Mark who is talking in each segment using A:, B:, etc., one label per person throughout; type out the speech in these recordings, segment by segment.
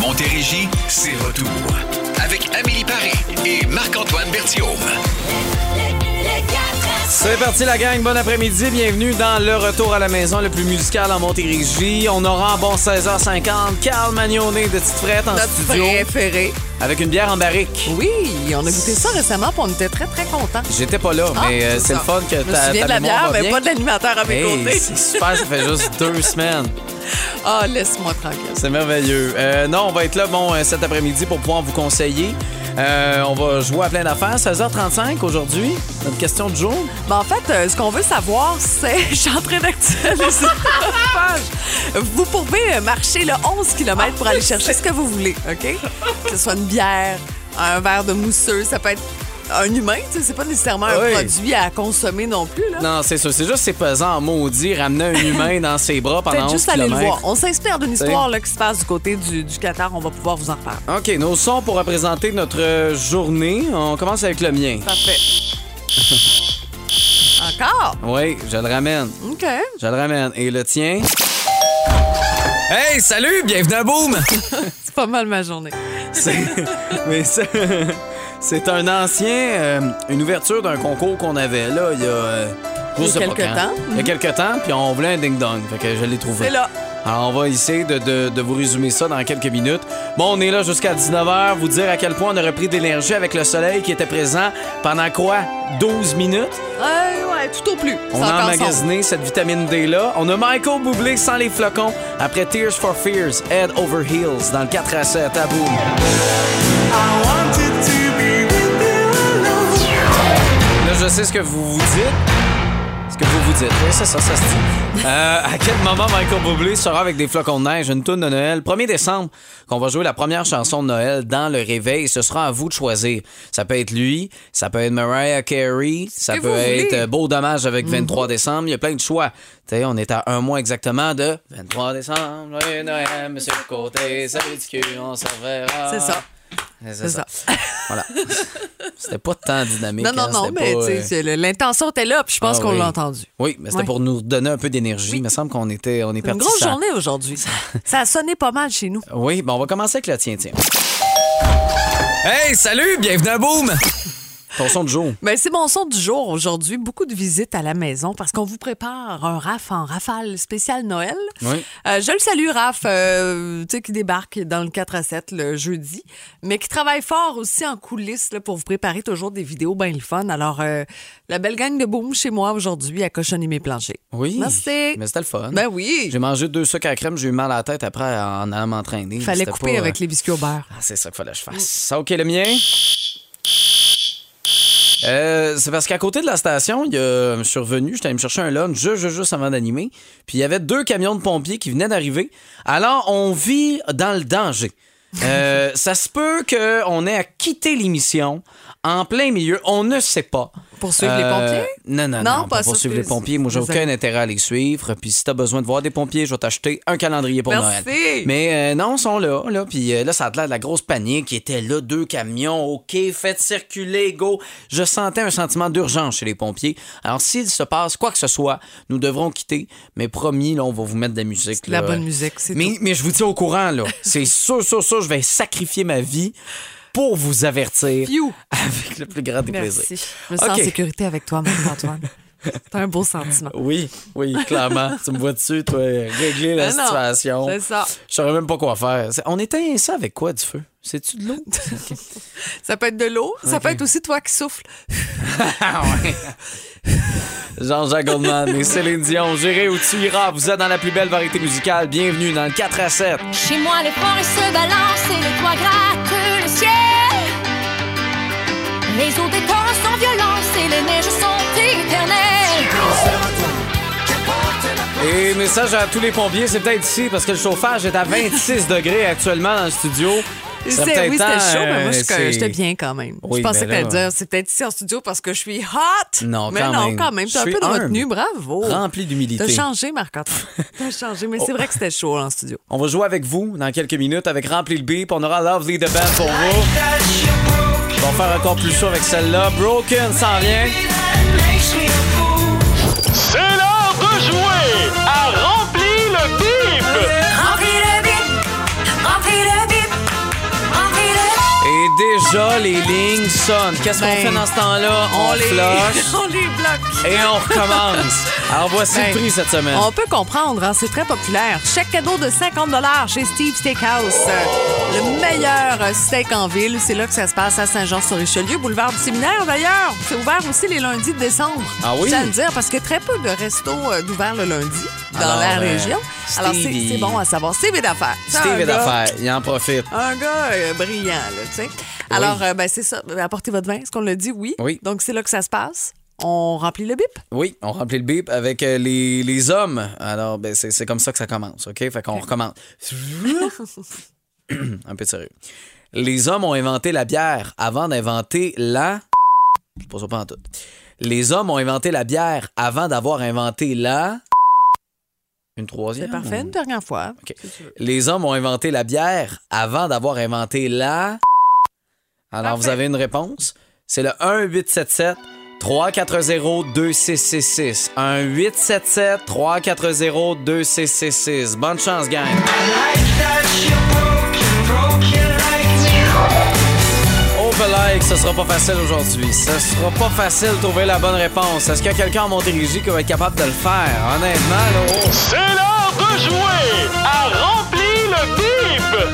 A: Montérégie, c'est retour. Avec Amélie Paris et Marc-Antoine Berthiaume.
B: C'est parti la gang, bon après-midi, bienvenue dans le retour à la maison le plus musical en Montérégie. On aura en bon 16h50 Carl Magnonet de Petite Frette en
C: Notre
B: studio
C: préféré.
B: avec une bière en barrique.
C: Oui, on a goûté ça récemment, puis on était très, très contents.
B: J'étais pas là,
C: Ah,
B: mais euh,
C: c'est
B: c'est le
C: ça.
B: fun que
C: Je me
B: ta,
C: souviens
B: ta
C: de la
B: mémoire
C: bière,
B: va
C: mais
B: bien.
C: pas de l'animateur à mes
B: Hey,
C: côtés.
B: c'est super, ça fait juste deux semaines.
C: Ah, laisse-moi tranquille.
B: C'est merveilleux. Euh, non, on va être là bon euh, cet après-midi pour pouvoir vous conseiller. Euh, on va jouer à plein d'affaires. 16h35 aujourd'hui, notre question du jour.
C: Ben, en fait, euh, ce qu'on veut savoir, c'est. Je suis en train d'actualiser la page. Vous pouvez euh, marcher le 11 km pour aller chercher ce que vous voulez, OK? Que ce soit une bière, un verre de mousseux, ça peut être un humain, tu sais, c'est pas nécessairement un
B: Oui.
C: produit à consommer non plus, là.
B: Non, c'est ça. C'est juste c'est pesant en maudit, ramener un humain dans ses bras pendant
C: Peut-être
B: 11
C: juste aller le
B: kilomètres.
C: voir. On s'inspire d'une
B: T'sais.
C: histoire là, qui se passe du côté du, du Qatar. On va pouvoir vous en reparler.
B: OK, nos sons pour représenter notre euh, journée. On commence avec le mien.
C: Parfait. Encore?
B: Oui, je le ramène.
C: OK.
B: Je le ramène. Et le tien? Hey, salut! Bienvenue à Boom!
C: C'est pas mal ma journée.
B: C'est- Mais ça- c'est un ancien, euh, une ouverture d'un concours qu'on avait là il y a. euh, je
C: Il y a
B: sais pas
C: quelques
B: quand.
C: temps.
B: Il y a quelques temps, puis on voulait un ding-dong. Fait que je l'ai trouvé.
C: C'est là.
B: Alors, on va essayer de, de- de vous résumer ça dans quelques minutes. Bon, on est là jusqu'à 19h, vous dire à quel point on a repris d'énergie avec le soleil qui était présent pendant quoi? 12 minutes.
C: Ouais, Euh, ouais, tout au plus.
B: On
C: C'est
B: a
C: encore
B: emmagasiné cette vitamine D-là. On a Michael Boublé sans les flocons après Tears for Fears, Head Over Heels dans le 4 à 7 à boum. Là, je sais ce que vous vous dites. Ce que vous vous dites. Oui, c'est ça, ça se dit. Euh, à quel moment Michael Bublé sera avec des flocons de neige, une toune de Noël? 1er décembre, qu'on va jouer la première chanson de Noël dans le réveil. Ce sera à vous de choisir. Ça peut être lui, ça peut être Mariah Carey, ça
C: que
B: peut
C: vous
B: être
C: voulez.
B: euh, Beau Dommage
C: Mhm.
B: avec 23 décembre. Il y a plein de choix. Tu sais, on est à un mois exactement de 23 décembre, joyeux Noël, monsieur le côté, salut du cul, on se reverra.
C: C'est ça.
B: C'est ça.
C: ça.
B: voilà. C'était pas tant dynamique.
C: Non,
B: hein,
C: non, non,
B: c'était
C: mais
B: pas,
C: tu sais,
B: euh,
C: c'est le- l'intention était là, puis je pense
B: ah
C: qu'on
B: oui.
C: l'a entendu.
B: Oui, mais c'était
C: Ouais.
B: pour nous donner un peu d'énergie.
C: Oui.
B: Il me semble qu'on était, on est
C: Une
B: parti
C: grosse
B: sans-
C: journée aujourd'hui. Ça a sonné pas mal chez nous.
B: Oui, bon, on va commencer avec le tien, tiens. Hey, salut, bienvenue à Boom! Ton son de jour.
C: Ben, c'est mon son du jour aujourd'hui. Beaucoup de visites à la maison parce qu'on vous prépare un RAF en rafale spécial Noël.
B: Oui.
C: Euh, je le salue, Raph, euh, tu sais, qui débarque dans le 4 à 7 le jeudi, mais qui travaille fort aussi en coulisses là, pour vous préparer toujours des vidéos bien le fun. Alors, euh, la belle gang de boom chez moi aujourd'hui à cochonner mes planchers.
B: Oui.
C: Merci.
B: Mais c'était le fun.
C: Ben oui.
B: J'ai mangé deux sucres à la crème, j'ai eu mal à la tête après en allant m'entraîner.
C: Il fallait
B: C'était
C: couper
B: pas-
C: avec les biscuits au beurre.
B: Ah, c'est ça qu'il fallait que je fasse. Ça, OK, le mien? Euh, c'est parce qu'à côté de la station, il y a- je suis revenu, j'étais allé me chercher un lunch juste, juste, juste avant d'animer. Puis il y avait deux camions de pompiers qui venaient d'arriver. Alors, on vit dans le danger. Euh, ça se peut qu'on ait à quitter l'émission en plein milieu. On ne sait pas. Euh,
C: Poursuivre les pompiers?
B: Non, non, non.
C: Non,
B: pas,
C: pas ça,
B: poursuivre
C: c'est-
B: les pompiers. Moi, j'ai
C: Désolé.
B: aucun intérêt à les suivre. Puis si t'as besoin de voir des pompiers, je vais t'acheter un calendrier pour
C: Merci.
B: Noël. Mais euh, non, ils sont là, là. Puis euh, là, ça a l'air de la grosse panique. qui était là, deux camions. OK, faites circuler, go. Je sentais un sentiment d'urgence chez les pompiers. Alors, s'il se passe quoi que ce soit, nous devrons quitter. Mais promis, là, on va vous mettre de la musique.
C: de la
B: là.
C: bonne musique, c'est
B: mais, mais je vous tiens au courant, là. C'est sûr, sûr, sûr, je vais sacrifier ma vie pour vous avertir.
C: Phew.
B: Avec le plus grand des plaisirs.
C: Merci. Je me sens
B: Ok.
C: en sécurité avec toi, Marc-Antoine. C'est un beau sentiment.
B: Oui, oui, clairement. tu me vois dessus, toi, régler la
C: Ben non,
B: situation.
C: c'est ça.
B: Je saurais même pas quoi faire. C'est- On éteint ça avec quoi du feu? C'est-tu de l'eau?
C: Ça peut être de l'eau, ça peut être aussi toi qui souffles.
B: Ah ouais. Jean-Jacques Goldman et Céline Dion, gérez où tu iras. Vous êtes dans la plus belle variété musicale. Bienvenue dans le 4 à 7.
D: Chez moi, les forêts se balancent et les toits grattent le ciel. Les eaux des torrents sont violentes et les neiges sont éternelles.
B: Et message à tous les pompiers, c'est peut-être ici parce que le chauffage est à 26 degrés actuellement dans le studio.
C: Je
B: Ça
C: sais,
B: peut-être
C: oui, c'était
B: temps,
C: chaud, mais
B: euh,
C: moi,
B: c'est-
C: je- j'étais bien quand même.
B: Oui,
C: je
B: ben
C: pensais que t'allais
B: là-
C: dire, c'est peut-être ici en studio parce que je suis hot.
B: Non,
C: mais
B: quand
C: non,
B: même.
C: quand même. T'as
B: Je
C: un
B: suis
C: peu de retenue,
B: humble.
C: bravo.
B: Rempli d'humilité.
C: T'as changé, Marc-Antoine. T'as changé, mais c'est vrai que c'était chaud en studio.
B: On va jouer avec vous dans quelques minutes avec Rempli le Beep. On aura Lovely the Band pour vous. On va faire encore plus chaud avec celle-là. Broken s'en vient.
E: C'est l'heure de jouer à Rempli le bip!
D: Remplis le bip, remplis le bip,
B: déjà les lignes sonnent. Qu'est-ce qu'on
C: Ben,
B: fait dans ce temps-là? On,
C: les
B: flush
C: on les bloque.
B: et on recommence. Alors voici
C: Ben,
B: le prix cette semaine.
C: On peut comprendre, hein, c'est très populaire. Chèque cadeau de 50 chez Steve Steakhouse. Euh, Le meilleur euh, steak en ville, c'est là que ça se passe à Saint-Jean-sur-Richelieu, boulevard du Séminaire d'ailleurs. C'est ouvert aussi les lundis de décembre.
B: Ah oui?
C: Ça le dire parce que très peu de restos euh, d'ouvert le lundi dans
B: Alors,
C: la
B: euh,
C: région. Alors c'est
B: Steve,
C: c'est bon à savoir. Steve est d'affaires. C'est un
B: Steve est
C: gars-
B: d'affaires, il en profite.
C: Un gars euh, brillant, là, tu sais. Alors, euh, ben, c'est ça. Apportez votre vin, est-ce qu'on le dit? Oui.
B: Oui.
C: Donc, c'est là que ça se passe. On remplit le bip.
B: Oui, on remplit le bip avec euh, les, les hommes. Alors, ben, c'est c'est comme ça que ça commence, OK? Fait qu'on recommence. Un peu de sérieux. Les hommes ont inventé la bière avant d'inventer la... Je pose ça pas en tout. Les hommes ont inventé la bière avant d'avoir inventé la... Une troisième?
C: C'est parfait, une dernière fois.
B: OK. Les hommes ont inventé la bière avant d'avoir inventé la. Alors, vous avez une réponse? C'est le 1-877. 340-2666. 1-877-340-2666. Bonne chance, gang. Overlike, ce sera pas facile aujourd'hui. Ce sera pas facile de trouver la bonne réponse. Est-ce qu'il y a quelqu'un en Montérégie qui va être capable de le faire? Honnêtement, là, oh.
E: C'est l'heure de jouer à Remplis le bip!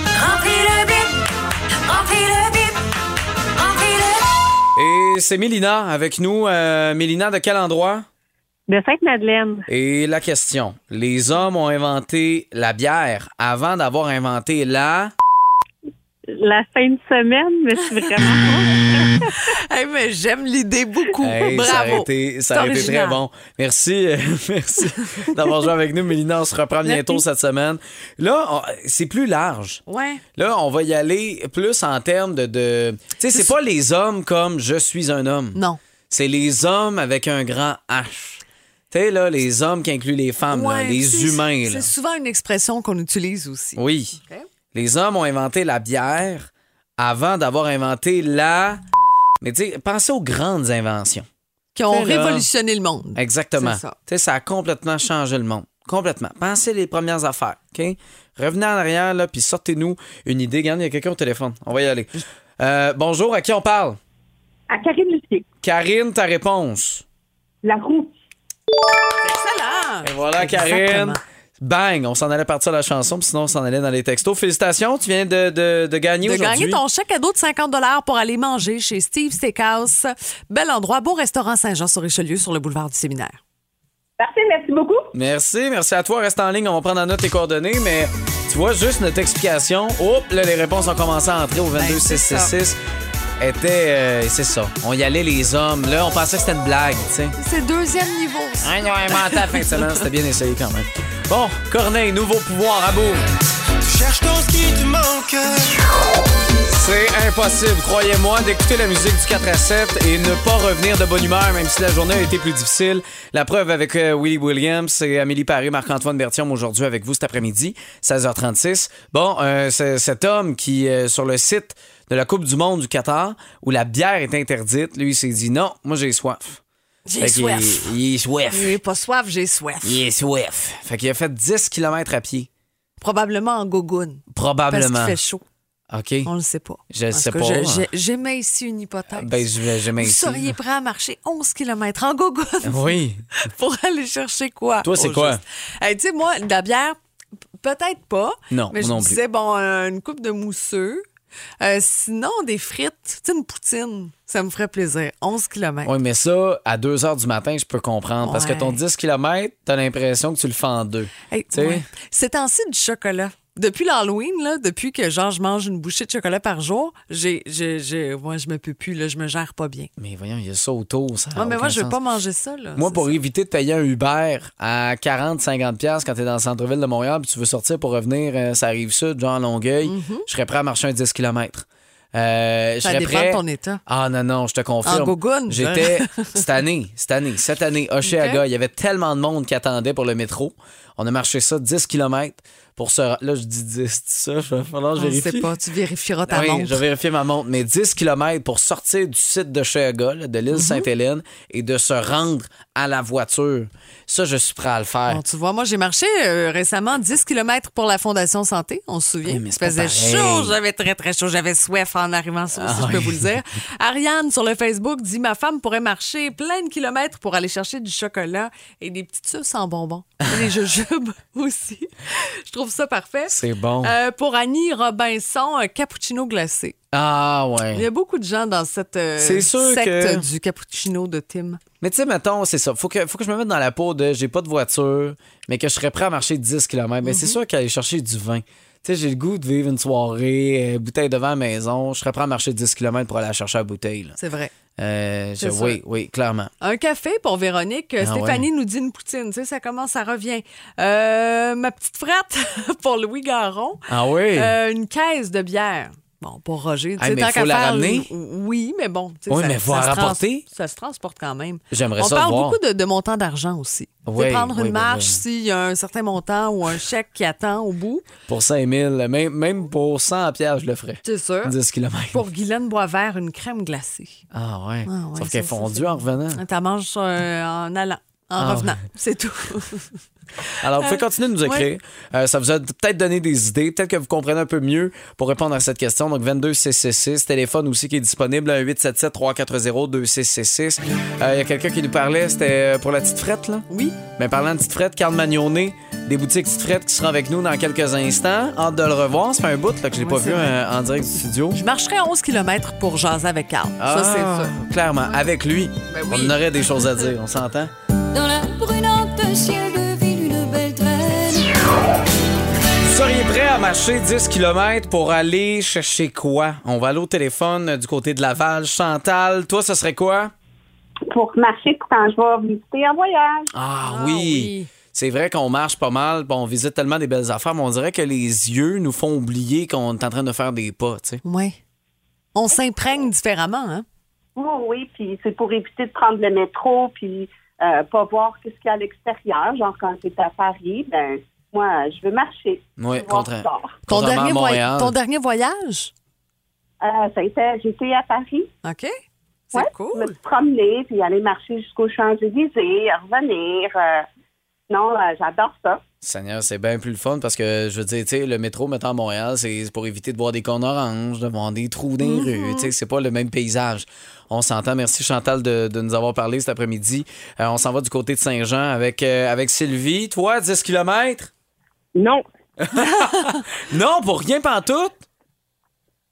B: Et c'est Mélina avec nous. Euh, Mélina, de quel endroit?
F: De Sainte-Madeleine.
B: Et la question. Les hommes ont inventé la bière avant d'avoir inventé la...
F: La fin de semaine, mais c'est vraiment.
C: Hey, mais j'aime l'idée beaucoup.
B: Hey,
C: Bravo.
B: Ça aurait été, ça aurait été
C: C'est
B: très
C: original.
B: bon. Merci, euh, merci d'avoir joué avec nous, Mélina. On se reprend bientôt cette semaine. Là, on- c'est plus large.
C: Ouais.
B: Là, on va y aller plus en termes de... de... Tu sais, c'est pas les hommes comme « je suis un homme ».
C: Non.
B: C'est les hommes avec un grand H. Tu sais, là, les hommes qui incluent les femmes, là,
C: Ouais,
B: les
C: c'est-
B: humains. là.
C: C'est souvent une expression qu'on utilise aussi.
B: Oui.
C: Ok.
B: Les hommes ont inventé la bière avant d'avoir inventé la. Mais tu sais, pensez aux grandes inventions.
C: Qui ont
B: C'est là.
C: révolutionné le monde.
B: Exactement.
C: C'est ça.
B: Tu sais, ça a complètement changé le monde. Complètement. Pensez les premières affaires. OK? Revenez en arrière, là, puis sortez-nous une idée. Regarde, il y a quelqu'un au téléphone. On va y aller. Euh, bonjour, à qui on parle?
F: À Karine Lucier,
B: Karine, ta réponse.
F: la roue.
C: Excellent.
B: Et voilà, Karine.
C: Exactement.
B: Bang! On s'en allait partir la chanson, puis sinon on s'en allait dans les textos. Félicitations, tu viens de, de- de gagner
C: De
B: aujourd'hui.
C: gagner ton chèque cadeau de 50 pour aller manger chez Steve Steakhouse. Bel endroit, beau restaurant Saint-Jean-sur-Richelieu sur le boulevard du Séminaire.
F: Parfait, merci beaucoup.
B: Merci, merci à toi. Reste en ligne, on va prendre en note tes coordonnées, mais tu vois juste notre explication. Hop, là, les réponses ont commencé à entrer au
C: Ben, c'est
B: 22666. Était, euh, c'est ça. On y allait les hommes. Là, on pensait que c'était une blague, tu sais.
C: C'est deuxième niveau.
B: Hein, Ils ont inventé la fin de semaine, c'était bien essayé quand même. Bon, Corneille, nouveau pouvoir, à bout.
G: Cherche ton ski, tu manques.
B: C'est impossible, croyez-moi, d'écouter la musique du 4 à 7 et ne pas revenir de bonne humeur, même si la journée a été plus difficile. La preuve avec euh, Willie Williams et Amélie Paris, Marc-Antoine Bertium aujourd'hui avec vous cet après-midi, 16h36. Bon, euh, c'est- cet homme qui, euh, sur le site de la Coupe du Monde du Qatar, où la bière est interdite, lui, il s'est dit non, moi j'ai soif.
C: J'ai
B: Fait qu'il-
C: soif.
B: Il est soif.
C: J'ai pas soif, j'ai soif.
B: Il est soif. Fait qu'il a fait 10 km à pied.
C: Probablement en gogoune. Parce qu'il
B: Probablement.
C: fait chaud.
B: OK.
C: On le sait pas.
B: Je
C: En
B: le
C: tout
B: sais
C: cas,
B: pas. hein.
C: je- j'ai- J'émets ici une hypothèse.
B: Ben, je vais jamais
C: Vous
B: ici.
C: seriez prêt à marcher 11 km en gogoune
B: Ben Oui.
C: pour aller chercher quoi?
B: Toi, c'est
C: au
B: quoi?
C: juste? Hey, tu sais, moi, de la bière, p- peut-être pas.
B: Non,
C: Mais je
B: non
C: me
B: plus.
C: disais, bon, euh, une coupe de mousseux. Euh, sinon, des frites. Tu sais, une poutine, ça me ferait plaisir. 11 km.
B: Oui, mais ça, à 2 h du matin, je peux comprendre. Parce que
C: Ouais.
B: ton 10 km, t'as l'impression que tu le fais en deux. Tu sais?
C: C'est ainsi du chocolat. Depuis l'Halloween, là, depuis que genre je mange une bouchée de chocolat par jour, j'ai, j'ai, j'ai- moi je me peux plus, là, je me gère pas bien.
B: Mais voyons, il y a ça autour. Ça a
C: Ouais, mais
B: Ah,
C: moi
B: aucun
C: je veux
B: sens.
C: pas manger ça là.
B: Moi,
C: C'est
B: pour
C: ça.
B: éviter de payer un Uber à 40-50$ piastres quand t'es dans le centre-ville de Montréal puis tu veux sortir pour revenir, euh, ça arrive sud, genre à Longueuil, je serais prêt à marcher un 10 km. Euh, je
C: Mm-hmm. Ça
B: serais
C: dépend de
B: prêt-
C: ton état.
B: Ah non, non, je te confirme.
C: En hein? gogoune.
B: J'étais cette année, cette année, cette année, Hochelaga, il y avait tellement de monde qui attendait pour le métro. On a marché ça 10 km pour se. ra- Là, je dis 10, c'est ça. Je vais falloir que je
C: Je
B: vérifie.
C: sais pas, tu vérifieras ta
B: Ah oui,
C: montre.
B: je vais vérifier ma montre, mais 10 km pour sortir du site de Cheaga, là, de l'île
C: Mhm.
B: Sainte-Hélène, et de se rendre à la voiture. Ça, je suis prêt à le faire.
C: Bon, tu vois, moi, j'ai marché euh, récemment 10 km pour la Fondation Santé, on se souvient.
B: Oui, mais
C: Il
B: c'est pas
C: faisait
B: pareil.
C: chaud, j'avais très, très chaud. J'avais soif en arrivant, ça aussi,
B: Ah
C: je peux
B: oui.
C: vous le dire. Ariane, sur le Facebook, dit « Ma femme pourrait marcher plein de kilomètres pour aller chercher du chocolat et des petites suces en bonbons. Et des jujubes aussi. » Je trouve ça parfait.
B: C'est bon.
C: Euh, pour Annie Robinson, un cappuccino glacé.
B: Ah
C: Il y
B: ouais.
C: a beaucoup de gens dans cette euh,
B: C'est sûr
C: secte
B: que-
C: du cappuccino de Tim.
B: Mais tu sais, mettons, c'est ça. Faut que, faut que je me mette dans la peau de j'ai pas de voiture, mais que je serais prêt à marcher 10 km. Mais c'est
C: Mhm.
B: sûr qu'aller chercher du vin. Tu sais, j'ai le goût de vivre une soirée, euh, bouteille devant la maison. Je serais prêt à marcher 10 km pour aller la chercher à la bouteille. là.
C: C'est vrai.
B: Euh, je-
C: C'est sûr.
B: oui, oui, clairement.
C: Un café pour Véronique.
B: Ah
C: Stéphanie nous dit une poutine. Tu sais, ça commence, ça revient. Euh, ma petite frette pour Louis Garon.
B: Ah oui.
C: Euh, une caisse de bière. Bon, pour Roger. tu
B: Hey,
C: sais,
B: mais
C: tant
B: faut
C: qu'à
B: la
C: faire,
B: ramener?
C: Oui, mais bon. tu sais,
B: Oui,
C: ça-
B: mais faut
C: ça
B: la
C: se trans-
B: rapporter.
C: Ça se transporte quand même.
B: J'aimerais
C: On
B: ça
C: parle
B: voir. ben
C: beaucoup de, de montants d'argent aussi. Tu sais,
B: Oui,
C: prendre
B: oui,
C: une
B: oui,
C: marche
B: oui.
C: s'il y a un certain montant ou un chèque qui attend au bout.
B: Pour 5000, même, même pour 100 piastres, je le ferais.
C: C'est sûr.
B: 10 km.
C: Pour Guylaine Boisvert, une crème glacée.
B: Ah ouais.
C: Ah ouais,
B: Sauf
C: ça,
B: qu'elle est
C: ça,
B: fondue
C: c'est-
B: en revenant.
C: T'en manges euh, en allant, en
B: Ah,
C: revenant. C'est tout.
B: Alors, vous pouvez continuer de nous écrire. Euh, ça vous a peut-être donné des idées. Peut-être que vous comprenez un peu mieux pour répondre à cette question. Donc, 22666, téléphone aussi qui est disponible, 1877-340-2666. Euh, Il y a quelqu'un qui nous parlait, c'était euh, pour la petite frette, là?
C: Oui.
B: Mais parlant de petite frette, Carl Magnoné, des boutiques petite frette qui sera avec nous dans quelques instants. Hâte de le revoir. Ça fait un bout là, que je l'ai
C: Ouais,
B: pas
C: c'est
B: vu
C: vrai.
B: euh, en direct du studio.
C: Je marcherai 11 km pour jaser avec Carl.
B: Ah,
C: Ça, c'est ça.
B: Clairement, avec lui,
C: Ben oui.
B: on aurait des choses à dire, on s'entend?
D: Dans la brunante ciel de ville, une belle traîne.
B: Vous seriez prêt à marcher 10 km pour aller chercher quoi? On va aller au téléphone euh, du côté de Laval. Chantal, toi, ce serait quoi?
F: Pour marcher quand je vais visiter un voyage.
B: Ah,
C: Ah
B: oui!
C: oui.
B: C'est vrai qu'on marche pas mal, puis on visite tellement des belles affaires, mais on dirait que les yeux nous font oublier qu'on est en train de faire des pas, tu sais.
C: Oui. On s'imprègne différemment, hein?
F: Oh oui, puis c'est pour éviter de prendre le métro, puis euh, pas voir ce qu'il y a à l'extérieur. Genre, quand c'est à Paris, ben moi, je veux marcher.
B: Oui,
F: Voir
B: contraire.
F: dehors.
C: Ton
B: Contrairement
C: dernier,
B: à
C: voy-
B: Montréal.
C: ton dernier voyage?
F: Euh, ça a été, j'étais à Paris.
C: OK. C'est
F: ouais, Me
C: cool.
F: promener, puis aller marcher jusqu'aux Champs-Élysées, revenir. euh, non, euh, j'adore ça.
B: Seigneur, c'est bien plus le fun parce que, je veux dire, tu sais, le métro, maintenant à Montréal, c'est pour éviter de voir des cônes oranges, de voir des trous dans les
C: Mm-hmm.
B: rues. Tu sais, c'est pas le même paysage. On s'entend. Merci, Chantal, de, de nous avoir parlé cet après-midi. Euh, on s'en va du côté de Saint-Jean avec, euh, avec Sylvie. Toi, 10 km?
F: Non,
B: Non, pour rien, pantoute?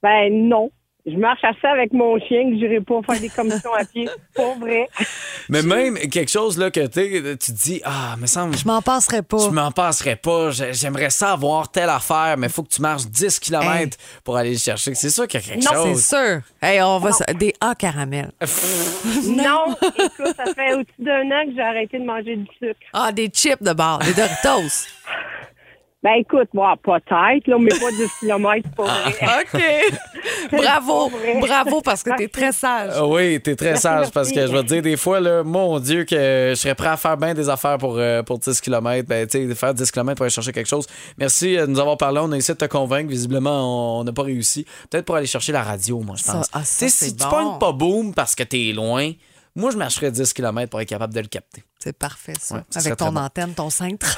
F: ben non. Je marche assez avec mon chien que j'irai pas faire des commissions à pied. Pour vrai.
B: Mais même quelque chose là, que t'es- tu te dis, ah, me semble,
C: Je m'en passerai pas.
B: Je m'en passerais pas. J'ai- J'aimerais ça avoir telle affaire, mais faut que tu marches 10 km pour aller le chercher. C'est sûr qu'il y a quelque
C: Non,
B: chose.
C: c'est sûr. Hey, on va se- des A caramel.
H: Non, écoute, ça fait au-dessus d'un an que j'ai arrêté de manger du sucre.
C: Ah, des chips de bord, des Doritos.
H: Ben écoute, moi, peut-être, là, mais pas 10 km pour vrai.
C: OK. bravo, bravo parce que t'es très
B: Ah
C: sage.
B: Oui, t'es très sage parce que
H: merci.
B: je vais te dire, des fois, là, mon Dieu, que je serais prêt à faire bien des affaires pour, euh, pour 10 km. Ben, tu sais, faire 10 km pour aller chercher quelque chose. Merci euh, de nous avoir parlé. On a essayé de te convaincre. Visiblement, on- on n'a pas réussi. Peut-être pour aller chercher la radio, moi, je
C: Ça-
B: pense.
C: ah,
B: Tu
C: ça,
B: sais,
C: c'est
B: si
C: bon.
B: tu pognes pas boom parce que t'es loin, moi, je marcherais 10 km pour être capable de le capter.
C: C'est parfait, ça.
B: Ouais, ça serait
C: Avec ton
B: très bon.
C: antenne, ton cintre.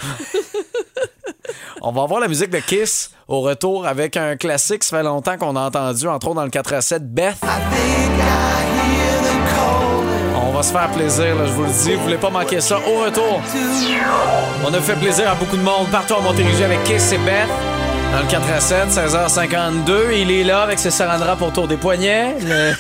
B: On va avoir la musique de Kiss au retour avec un classique. Ça fait longtemps qu'on a entendu, entre autres dans le 4 à 7, Beth. On va se faire plaisir, là, je vous le dis. Vous voulez pas manquer ça. Au retour, on a fait plaisir à beaucoup de monde partout à Montérégie avec Kiss et Beth. Dans le 4 à 7, 16h52, il est là avec ses sarandraps pour tour des poignets. Le-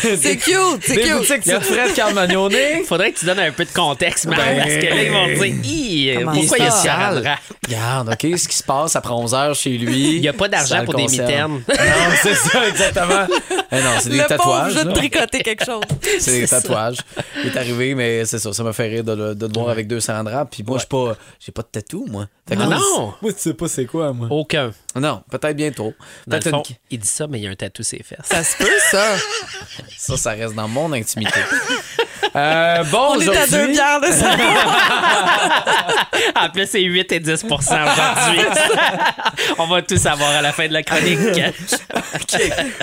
C: C'est cute, Oh, c'est
B: des
C: cute.
B: boutiques Petite Frette, Carl Magnoné.
I: Faudrait que tu donnes un peu de contexte, Marc,
B: Ben,
I: parce que là, ils vont dire Hi, euh,
C: Comment
I: pourquoi il y a
C: ça?
I: ce cadre?
B: Regarde, OK, ce qui se passe après 11h chez lui.
I: Il n'y a pas
B: ça
I: d'argent
B: le
I: pour des
B: concerne.
I: mitaines.
B: Non, c'est ça, exactement. Eh non, c'est des
C: le pauvre,
B: tatouages.
C: je vais
B: là.
C: te tricoter quelque chose.
B: C'est des
C: ça.
B: tatouages. Il est arrivé, mais c'est ça. Ça m'a fait rire de le, de le voir avec 200 draps. Puis moi, je pas, j'ai pas de tatou, moi. Fait que
I: Ah
B: moi,
I: non!
B: Moi, tu sais pas c'est quoi, moi.
I: Aucun.
B: Non, peut-être bientôt.
I: Dans le
B: Peut-être
I: fond,
B: une-
I: il dit ça, mais il y a un tatou ses fesses.
C: Ça se peut, ça.
B: Ça, ça reste dans mon intimité. Euh, bon,
C: On est à deux
B: aujourd'hui,
C: bières de ça.
I: En plus, c'est 8 et 10 aujourd'hui. On va tout savoir à la fin de la chronique.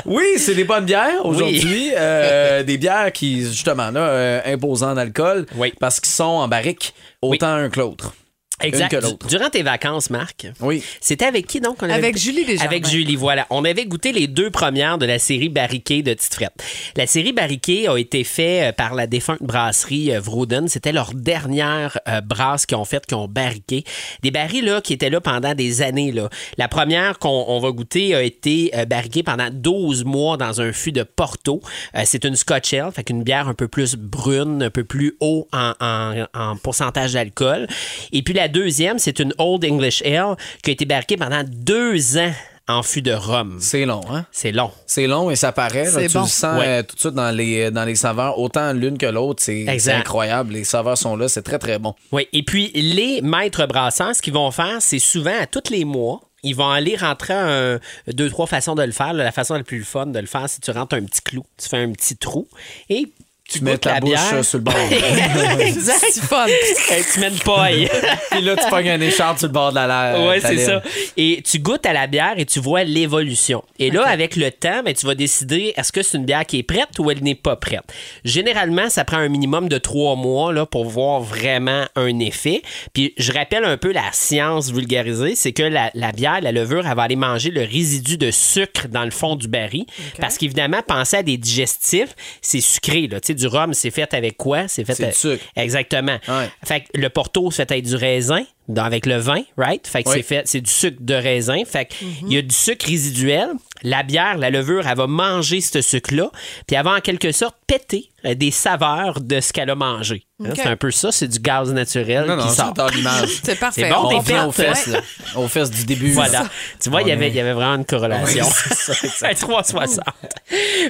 B: Oui, c'est des bonnes bières aujourd'hui. Euh, des bières qui, justement, là, euh, imposant d'alcool.
I: Oui.
B: Parce qu'ils sont en barrique, autant un que l'autre.
I: Exact.
B: Une que l'autre.
I: Durant tes vacances, Marc,
B: Oui.
I: c'était avec qui donc? On avait
C: Avec Julie Desjardins.
I: Avec Julie, voilà. On avait goûté les deux premières de la série Barriquée de Tite-Frette. La série Barriquée a été faite euh, par la défunte brasserie euh, Vrouden. C'était leur dernière euh, brasse qu'ils ont faite, qu'ils ont barriquée. Des barils là, qui étaient là pendant des années. Là. La première qu'on on va goûter a été euh, barriquée pendant 12 mois dans un fût de Porto. Euh, C'est une Scotch Ale, fait qu'une bière un peu plus brune, un peu plus haut en, en- en pourcentage d'alcool. Et puis la deuxième, c'est une Old English Ale qui a été barriquée pendant deux ans en fût de rhum.
B: C'est long, hein?
I: C'est long.
B: C'est long et ça paraît. là,
C: C'est
B: tu
C: bon.
B: le sens
I: Ouais.
B: euh, tout de suite dans les, dans les saveurs, autant l'une que l'autre. C'est c'est
I: Exact.
B: incroyable. Les saveurs sont là. C'est très, très bon.
I: Oui. Et puis, les maîtres brasseurs, ce qu'ils vont faire, c'est souvent à tous les mois, ils vont aller rentrer un, deux, trois façons de le faire. là. La façon la plus fun de le faire, c'est tu rentres un petit clou, tu fais un petit trou et tu,
B: mets
I: goûtes
B: ta
I: la
B: bouche,
I: bière.
B: euh, sur le bord.
I: exact.
C: C'est fun.
I: Et tu mets une paille.
B: Puis là, tu pognes un écharpe sur le bord de la la-
I: ouais,
B: ta
I: c'est
B: lèvre.
I: ça. Et tu goûtes à la bière et tu vois l'évolution. Et là, avec le temps, ben, tu vas décider est-ce que c'est une bière qui est prête ou elle n'est pas prête. Généralement, ça prend un minimum de trois mois là, pour voir vraiment un effet. Puis je rappelle un peu la science vulgarisée c'est que la, la bière, la levure, elle va aller manger le résidu de sucre dans le fond du baril. Parce qu'évidemment, penser à des digestifs, c'est sucré. Là. Tu sais, du rhum, c'est fait avec quoi C'est fait
B: C'est
I: avec-
B: du sucre.
I: Exactement.
B: Ouais.
I: Fait que le porto se fait avec du raisin, dans- avec le vin, right? Fait que
B: Oui.
I: c'est fait, c'est du sucre de raisin. Fait que il y a du sucre résiduel. La bière, la levure, elle va manger ce sucre-là, puis elle va en quelque sorte péter euh, des saveurs de ce qu'elle a mangé. Hein,
C: Ok.
I: C'est un peu ça, c'est du gaz naturel
B: Non, non,
I: qui sort.
B: j'adore l'image.
C: C'est parfait.
I: C'est bon,
B: On
I: t'es
B: vient
I: fait,
B: aux fesses,
C: ouais.
B: là. Aux fesses du début.
I: Voilà. Tu vois, il y
B: On
I: avait-
B: est-
I: il y avait vraiment une corrélation. Un 360.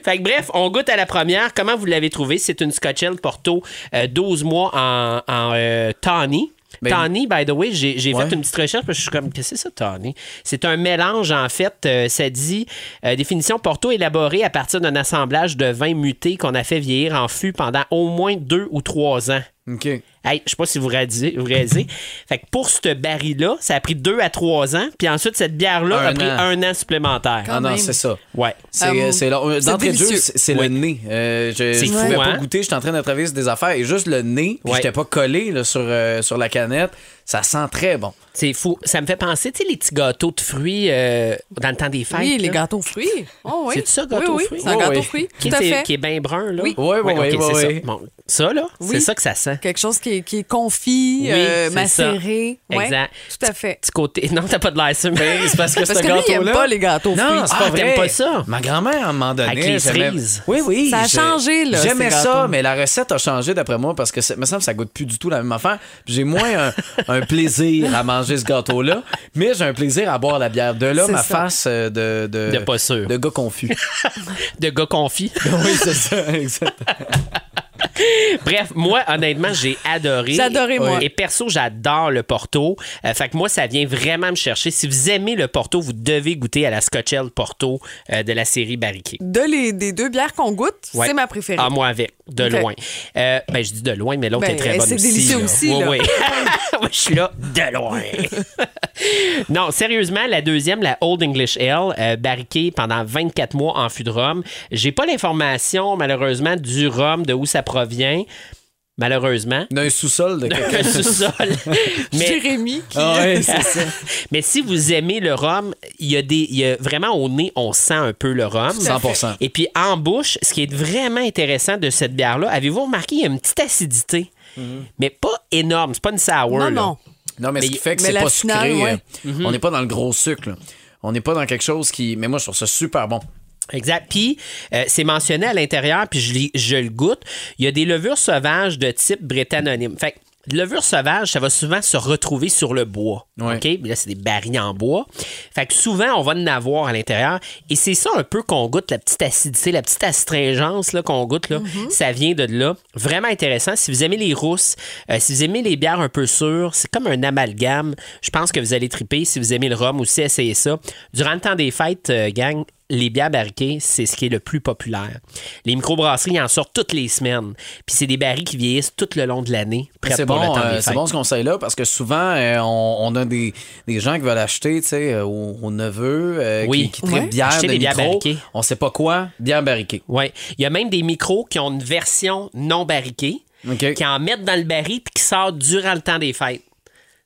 I: fait que bref, on goûte à la première. Comment vous l'avez trouvé? C'est une Scotch Ale Porto euh, 12 mois en, en euh, tawny.
B: Ben-
I: tawny, by the way, j'ai j'ai
B: Ouais.
I: fait une petite recherche parce que je suis comme, qu'est-ce que c'est ça, Tawny? C'est un mélange, en fait, euh, ça dit, euh, définition Porto élaborée à partir d'un assemblage de vins mutés qu'on a fait vieillir en fût pendant au moins deux ou trois ans.
B: OK.
I: Hey, je sais pas si vous réalisez, vous réalisez. Fait que pour ce baril-là, ça a pris deux à trois ans. Puis ensuite, cette bière-là
B: Un
I: a pris
B: an.
I: un an supplémentaire.
B: Ah non,
C: même.
B: c'est ça.
I: Ouais.
B: C'est
C: Euh,
B: c'est long. Euh,
C: c'est
B: D'entrée de jeu,
C: délicieux.
B: c'est c'est le
I: Oui.
B: nez. Euh, je
I: C'est
B: je
I: fou,
B: pouvais pas
I: hein?
B: goûter, j'étais en train de travailler sur des affaires et juste le nez, puis
I: Ouais.
B: j'étais pas collé là, sur, euh, sur la canette, ça sent très bon.
I: C'est fou. Ça me fait penser, tu sais, les petits gâteaux de fruits euh, dans le temps des fêtes.
C: Oui, les
I: là.
C: gâteaux aux fruits. Oh, oui.
I: C'est ça, gâteau aux
C: oui, oui,
I: fruits?
C: C'est un
B: Oh,
C: gâteau
B: oui.
C: aux fruits.
I: Qui,
C: Tout à
I: est-
C: fait.
I: qui est bien brun, là.
C: Oui.
B: Ouais, ouais,
I: Ouais,
B: ouais,
I: ok, c'est
B: ouais,
I: ça.
B: ouais.
I: Bon, ça, là,
C: Oui.
I: c'est ça que ça sent.
C: Quelque chose qui est, qui est confit,
I: Oui,
C: euh,
I: c'est
C: macéré.
I: ça.
C: Ouais,
I: Exact.
C: Tout à fait.
I: Petit côté. Non, t'as pas de l'air sûr.
B: Ben, c'est parce que
C: Parce
B: ce
C: que lui, il
B: gâteau-là-
C: aime pas les gâteaux aux
B: Non,
C: fruits.
B: c'est pas
I: Ah,
B: vrai.
I: t'aimes pas ça?
B: Ma grand-mère, à un moment donné,
I: Avec les
B: j'aimais-
I: cerises.
B: Oui, oui.
C: Ça a
B: j'ai-
C: changé, là,
B: J'aimais
C: ces
B: ça,
C: gâteaux.
B: mais la recette a changé d'après moi parce que ça me semble que ça goûte plus du tout la même affaire. Puis J'ai moins un, un plaisir à manger ce gâteau-là, mais j'ai un plaisir à boire la bière. De là,
C: C'est
B: ma
C: ça.
B: face euh, de, de,
I: De pas sûr.
B: de gars confus.
I: De gars confit.
B: oui, c'est ça, exact.
I: Bref, moi, honnêtement, j'ai adoré.
C: J'ai adoré, moi.
I: Et perso, j'adore le Porto. Euh, fait que moi, ça vient vraiment me chercher. Si vous aimez le Porto, vous devez goûter à la Scotch Ale Porto euh, de la série Barriquet.
C: De les, des deux bières qu'on goûte,
I: Ouais.
C: c'est ma préférée.
I: Ah, moi avec, de
C: Ok.
I: loin. Euh, ben, je dis de loin, mais l'autre
C: Ben,
I: est très bonne
C: c'est
I: aussi.
C: délicieux
I: là.
C: aussi,
I: Ouais,
C: là.
I: ouais. moi, je suis là, de loin. non, sérieusement, la deuxième, la Old English Ale, euh, barriquée pendant 24 mois en fût de rhum. J'ai pas l'information, malheureusement, du rhum, de où ça provient. Malheureusement.
B: D'un sous-sol de quelqu'un.
I: Que sous-sol. Mais
C: Jérémy, qui...
B: Ah ouais, c'est-
I: Mais si vous aimez le rhum, il y a des il y a vraiment au nez, on sent un peu le rhum.
B: 100%.
I: Et puis en bouche, ce qui est vraiment intéressant de cette bière-là, avez-vous remarqué, il y a une petite acidité,
B: Mm-hmm.
I: mais pas énorme. C'est pas une sour.
C: Non,
I: là.
C: non.
B: Non, mais, ce
I: Mais-
B: qui fait que
C: mais
B: c'est
C: la
B: pas
C: finale,
B: sucré.
C: ouais.
B: euh,
I: Mm-hmm.
B: On n'est pas dans le gros sucre. là. On n'est pas dans quelque chose qui. Mais moi, je trouve ça super bon.
I: Exact. Puis euh, c'est mentionné à l'intérieur, puis je, l'ai- je le goûte. Il y a des levures sauvages de type brétanonyme. Fait que levure sauvage, ça va souvent se retrouver sur le bois.
B: Ouais.
I: OK? Puis Là, c'est des barils en bois. Fait que souvent, on va en avoir à l'intérieur. Et c'est ça un peu qu'on goûte, la petite acidité, la petite astringence là, qu'on goûte. Là.
B: Mm-hmm.
I: Ça vient de là. Vraiment intéressant. Si vous aimez les rousses, euh, si vous aimez les bières un peu sûres, c'est comme un amalgame. Je pense que vous allez triper. Si vous aimez le rhum aussi, essayez ça. Durant le temps des fêtes, euh, gang, les bières barriquées, c'est ce qui est le plus populaire. Les microbrasseries en sortent toutes les semaines. Puis c'est des barils qui vieillissent tout le long de l'année, prêtes
B: C'est
I: pour le
B: bon,
I: temps
B: euh,
I: des
B: c'est
I: fêtes.
B: bon ce conseil-là parce que souvent, euh, on, on a des, des gens qui veulent acheter tu sais, euh, au, au neveu, euh,
I: Oui.
B: qui, qui trippent
I: Ouais.
B: bière
I: Acheter
B: de
I: des bières
B: micro.
I: barriquées.
B: On sait pas quoi, bière barriquée.
I: Ouais. Il y a même des micros qui ont une version non barriquée,
B: OK.
I: qui en mettent dans le baril puis qui sort durant le temps des fêtes.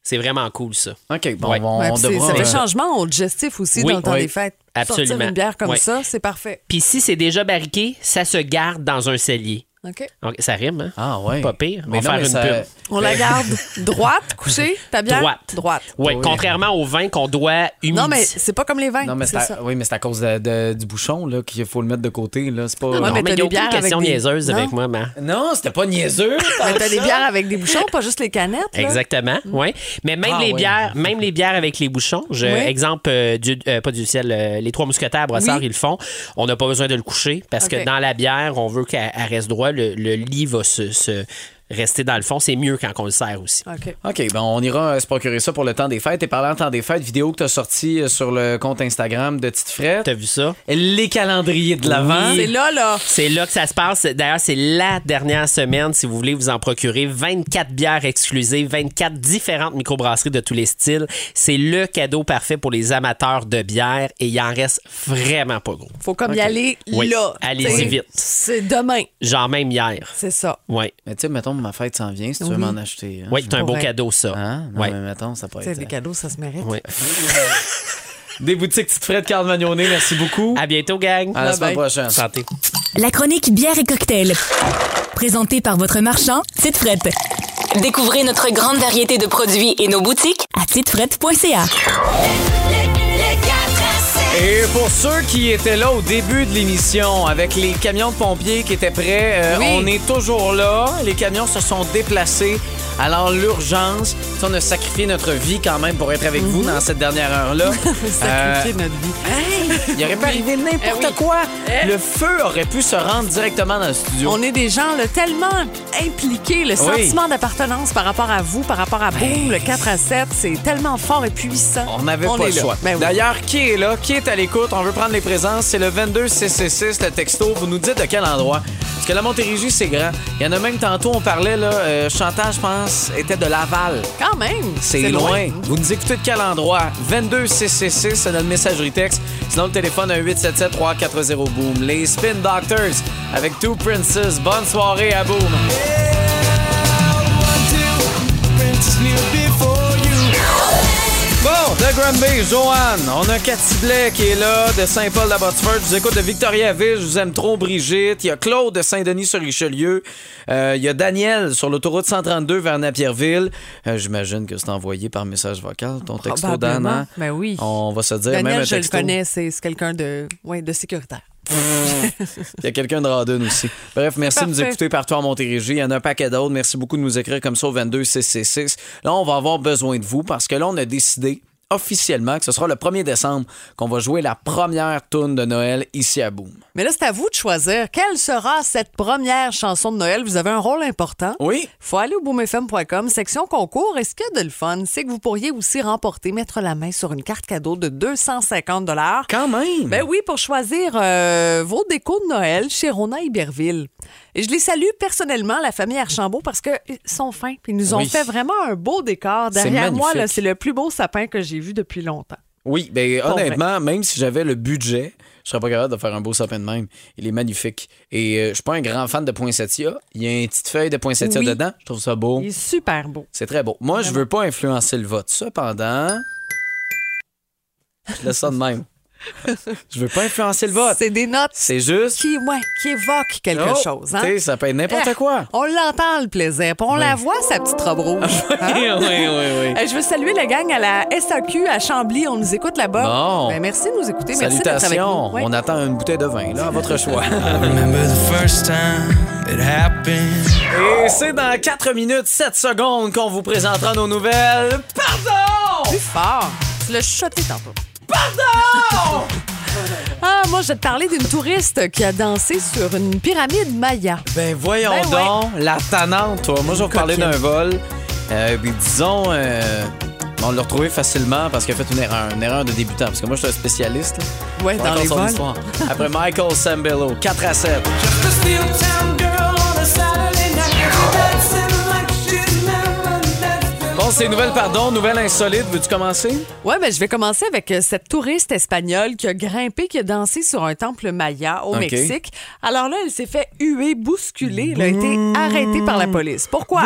I: C'est vraiment cool, ça.
B: OK, bon,
I: Ouais.
B: on,
C: Ouais,
B: on
C: puis c'est-
B: devra...
C: ça fait
B: euh,
C: changement au digestif aussi
I: Oui,
C: dans le temps
I: oui,
C: des fêtes. Sortir
I: absolument.
C: une bière comme
I: Ouais.
C: ça, c'est parfait.
I: Puis si c'est déjà barriqué, ça se garde dans un cellier.
C: OK?
I: Ok, Ça rime, hein?
B: Ah ouais.
I: Pas pire. On
B: Mais
I: va
B: non,
I: faire
B: mais
I: une
B: ça- euh,
I: pub.
C: On la garde droite, couchée, ta bière?
I: Euh, Droite.
C: Droite.
I: Ouais,
B: Oui.
I: contrairement au vin qu'on doit humidifier.
C: Non, mais c'est pas comme les vins.
B: Non, mais c'est
C: c'est ça.
B: à, oui, mais c'est à cause de- de- du bouchon là, qu'il faut le mettre de côté. Là. C'est pas...
C: Ouais,
I: Non,
C: mais t'as
I: mais, il y a
C: des bières
I: aucune
C: avec
I: question
C: des-
I: niaiseuse
C: Non.
I: avec moi, man.
B: Non, c'était pas niaiseux.
C: Mais t'as des bières avec des bouchons, pas juste les canettes. là.
I: Exactement, oui. Mais même
B: Ah,
I: les
B: ouais.
I: bières, même les bières avec les bouchons, je-
C: Oui.
I: exemple euh, du- euh, pas du ciel, euh, les trois mousquetaires à brossard,
C: Oui.
I: ils le font. On n'a pas besoin de le coucher parce
C: Ok.
I: que dans la bière, on veut qu'elle elle reste droit, le, le lit va se, se rester dans le fond, c'est mieux quand on le sert aussi.
C: OK.
B: OK, ben on ira euh, se procurer ça pour le temps des fêtes. Et parlant de temps des fêtes, vidéo que tu as sortie euh, sur le compte Instagram de Tite Frette.
I: T'as vu ça
B: Les calendriers de l'Avent.
C: C'est là, là.
I: C'est là que ça se passe. D'ailleurs, c'est la dernière semaine, si vous voulez vous en procurer. 24 bières exclusives, 24 différentes microbrasseries de tous les styles. C'est le cadeau parfait pour les amateurs de bière et il en reste vraiment pas gros.
C: Faut comme y aller
I: Oui.
C: là.
I: Allez-y
C: T'sais,
I: vite.
C: C'est demain.
I: Genre même hier.
C: C'est ça.
I: Ouais.
B: Mais tu sais, mettons, ma fête s'en vient, si tu veux
C: Oui.
B: m'en acheter. hein.
I: Oui, c'est un beau
C: Pour vrai.
I: cadeau, ça.
B: Hein? Non,
I: Ouais.
B: mais mettons, ça peut
C: T'sais,
B: être. euh,
C: des cadeaux, ça se mérite.
I: Ouais.
B: Des boutiques Tite Frette, Carl Magnonet, merci beaucoup.
I: À bientôt, gang.
B: À la semaine
C: bye.
B: prochaine.
I: Santé.
J: La chronique bière et cocktail. Présentée par votre marchand, Titefrette. Découvrez notre grande variété de produits et nos boutiques à titefrette.ca.
B: Et pour ceux qui étaient là au début de l'émission avec les camions de pompiers qui étaient prêts, euh,
C: Oui.
B: on est toujours là. Les camions se sont déplacés. Alors l'urgence, tu sais, on a sacrifié notre vie quand même pour être avec vous
C: Mhm.
B: dans cette dernière heure-là.
C: Sacrifier
B: Euh,
C: notre vie.
B: il aurait pu arriver n'importe
C: Eh oui.
B: quoi. Le feu aurait pu se rendre directement dans le studio.
C: On est des gens là, tellement impliqués. Le sentiment d'appartenance par rapport à vous, par rapport à Boom, le 4 à 7, c'est tellement fort et puissant.
B: Ben. On n'avait pas
C: est
B: le
C: là.
B: choix.
C: Ben oui.
B: D'ailleurs, qui est là? Qui est à l'écoute? On veut prendre les présences. C'est le 22666, le texto. Vous nous dites de quel endroit? Parce que la Montérégie, c'est grand. Il y en a même tantôt, on parlait, là, euh, Chantal, je pense, était de Laval.
C: Quand même.
B: C'est loin. Vous nous écoutez de quel endroit? 22666, c'est notre messagerie texte. Sinon, le téléphone à 877-340-BOOM. Les Spin Doctors avec Two Princes. Bonne soirée à Boom. Bon, de Granby, Joanne, on a Cathy Blais qui est là, de Saint-Paul de Botsford. Je vous écoute de Victoriaville, je vous aime trop, Brigitte. Il y a Claude de Saint-Denis sur Richelieu. Euh, il y a Daniel sur l'autoroute 132 vers Napierville. Euh, J'imagine que c'est envoyé par message vocal, ton texto
C: Probablement.
B: d'Anna.
C: Ben oui.
B: On va se dire, même
C: Daniel,
B: un
C: je le
B: texto.
C: connais, c'est c'est quelqu'un de, ouais, de sécuritaire.
B: Il y a quelqu'un de Radun aussi. Bref, merci de nous
C: Parfait.
B: écouter partout en Montérégie. Il y en a un paquet d'autres. Merci beaucoup de nous écrire comme ça au 22666. Là, on va avoir besoin de vous parce que là, on a décidé officiellement que ce sera le 1er décembre qu'on va jouer la première tourne de Noël ici à Boom.
C: Mais là, c'est à vous de choisir. Quelle sera cette première chanson de Noël? Vous avez un rôle important.
B: Oui.
C: Faut aller au boomfm.com, section concours. Et ce qu'il y a de le fun, c'est que vous pourriez aussi remporter, mettre la main sur une carte cadeau de 250
B: Quand même.
C: Ben oui, pour choisir euh, vos décos de Noël chez Rona Iberville. Et je les salue personnellement, la famille Archambault, parce qu'ils sont fins. Puis ils nous ont
B: Oui.
C: fait vraiment un beau décor.
B: C'est
C: Derrière moi,
B: magnifique.
C: là, c'est le plus beau sapin que j'ai vu depuis longtemps.
B: Oui, ben
C: Pas
B: honnêtement, même si j'avais le budget, je serais pas capable de faire un beau sapin de même. Il est magnifique. Et euh, je suis pas un grand fan de poinsettia. Il y a une petite feuille de poinsettia
C: Oui.
B: dedans. Je trouve ça beau.
C: Il est super beau.
B: C'est très beau. Moi, je veux pas influencer le vote. Cependant, je laisse ça de même. je veux pas influencer le vote.
C: C'est des notes
B: C'est juste.
C: qui, ouais, qui évoquent quelque
B: Oh,
C: chose. hein.
B: tu sais, ça peut être n'importe
C: Ah,
B: quoi.
C: On l'entend, le plaisir. Puis on la voit, sa petite robe rouge. Hein?
B: oui, oui,
C: Euh, Je veux saluer la gang à la SAQ à Chambly. On nous écoute là-bas.
B: Bon.
C: Ben, merci de nous écouter. Merci d'être avec nous.
B: Salutations.
C: Ouais.
B: On attend une bouteille de vin, là, à votre choix.
G: Remember the first time it happened.
B: Et c'est dans 4 minutes 7 secondes qu'on vous présentera nos nouvelles. Pardon!
C: plus fort. Tu l'as shoté tantôt.
B: Pardon!
C: Ah, moi, je vais te parler d'une touriste qui a dansé sur une pyramide maya.
B: Ben voyons
C: Ben
B: donc, la tanante, toi. Moi, je vais vous parler
C: Coquine.
B: d'un vol. ben, Euh, puis disons, euh, On l'a retrouvé facilement parce qu'il a fait une erreur, une erreur de débutant. Parce que moi, je suis un spécialiste. là.
C: Ouais,
B: Je
C: dans
B: raconte
C: les
B: son
C: vols.
B: histoire. Après Michael Sambello, 4 à 7. Bon, c'est nouvelle pardon, nouvelle insolite. Veux-tu commencer?
C: Ouais, ben je vais commencer avec euh, cette touriste espagnole qui a grimpé, qui a dansé sur un temple maya au
B: Ok.
C: Mexique. Alors là, elle s'est fait huer, bousculer. Elle a été arrêtée par la police. Pourquoi?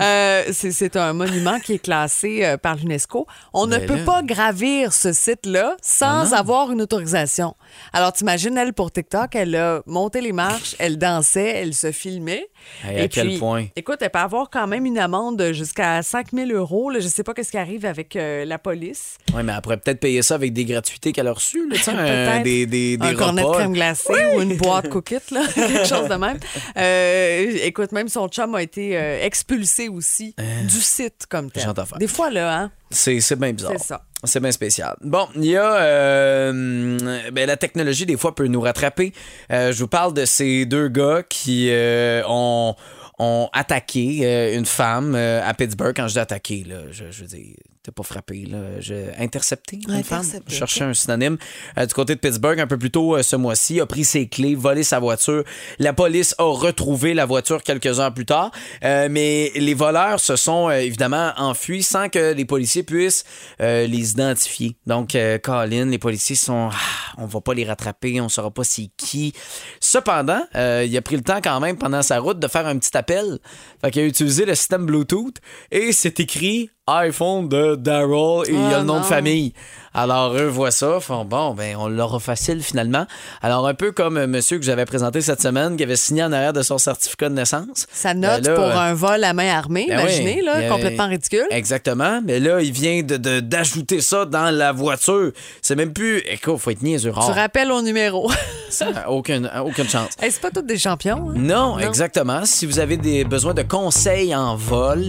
C: Euh, c'est c'est un monument qui est classé euh, par l'UNESCO. On ne
B: Mais Ben
C: peut
B: là. Ah
C: pas gravir ce site-là sans avoir une autorisation. Alors, t'imagines, elle, pour TikTok, elle a monté les marches, elle dansait, elle se filmait.
B: Hey, à quel point?
C: Écoute, elle peut avoir quand même une amende jusqu'à 5 000 euros. là. Je sais pas qu'est-ce qui arrive avec euh, la police.
B: Oui, mais elle pourrait peut-être payer ça avec des gratuités qu'elle a reçues. Là, tu sais, un,
C: Peut-être
B: des, des, des
C: un cornet de
B: repas.
C: crème glacée ou une boîte cookie, là, quelque chose de même. Euh, écoute, même son chum a été euh, expulsé aussi
B: Euh.
C: du site comme tel.
B: Genre d'affaire.
C: Des fois, là, hein?
B: C'est c'est bien bizarre.
C: C'est ça.
B: C'est bien spécial. Bon, il y a. euh, ben, la technologie, des fois, peut nous rattraper. Euh, je vous parle de ces deux gars qui euh, ont, ont attaqué euh, une femme euh, à Pittsburgh. Quand je dis attaqué, là, je, je veux dire, t'es pas frappé, là. Je, intercepté une femme.
C: Intercepté,
B: Je cherchais un synonyme. Euh, du côté de Pittsburgh, un peu plus tôt euh, ce mois-ci, a pris ses clés, volé sa voiture. La police a retrouvé la voiture quelques heures plus tard. Euh, mais les voleurs se sont euh, évidemment enfuis sans que les policiers puissent euh, les identifier. Donc, euh, Colin, les policiers sont. Ah, on va pas les rattraper, on saura pas c'est qui. Cependant, euh, il a pris le temps quand même pendant sa route de faire un petit appel. Fait qu'il a utilisé le système Bluetooth et c'est écrit iPhone de Daryl et il y a
C: Ah,
B: le nom de
C: non.
B: famille. Alors, eux voient ça, font bon, ben, on l'aura facile finalement. Alors, un peu comme euh, monsieur que j'avais présenté cette semaine, qui avait signé en arrière de son certificat de naissance.
C: Ça note
B: Ben là,
C: pour
B: euh,
C: un vol à main armée,
B: ben
C: imaginez,
B: oui,
C: là,
B: il y a-
C: complètement ridicule.
B: Exactement. Mais là, il vient de- de- d'ajouter ça dans la voiture. C'est même plus. Écoute, faut être niaiseux.
C: Tu
B: rare.
C: rappelles au numéro.
B: Ça, aucune, euh, aucune chance.
C: Hey, c'est pas tous des champions. hein?
B: Non, exactement. Si vous avez des besoins de conseils en vol,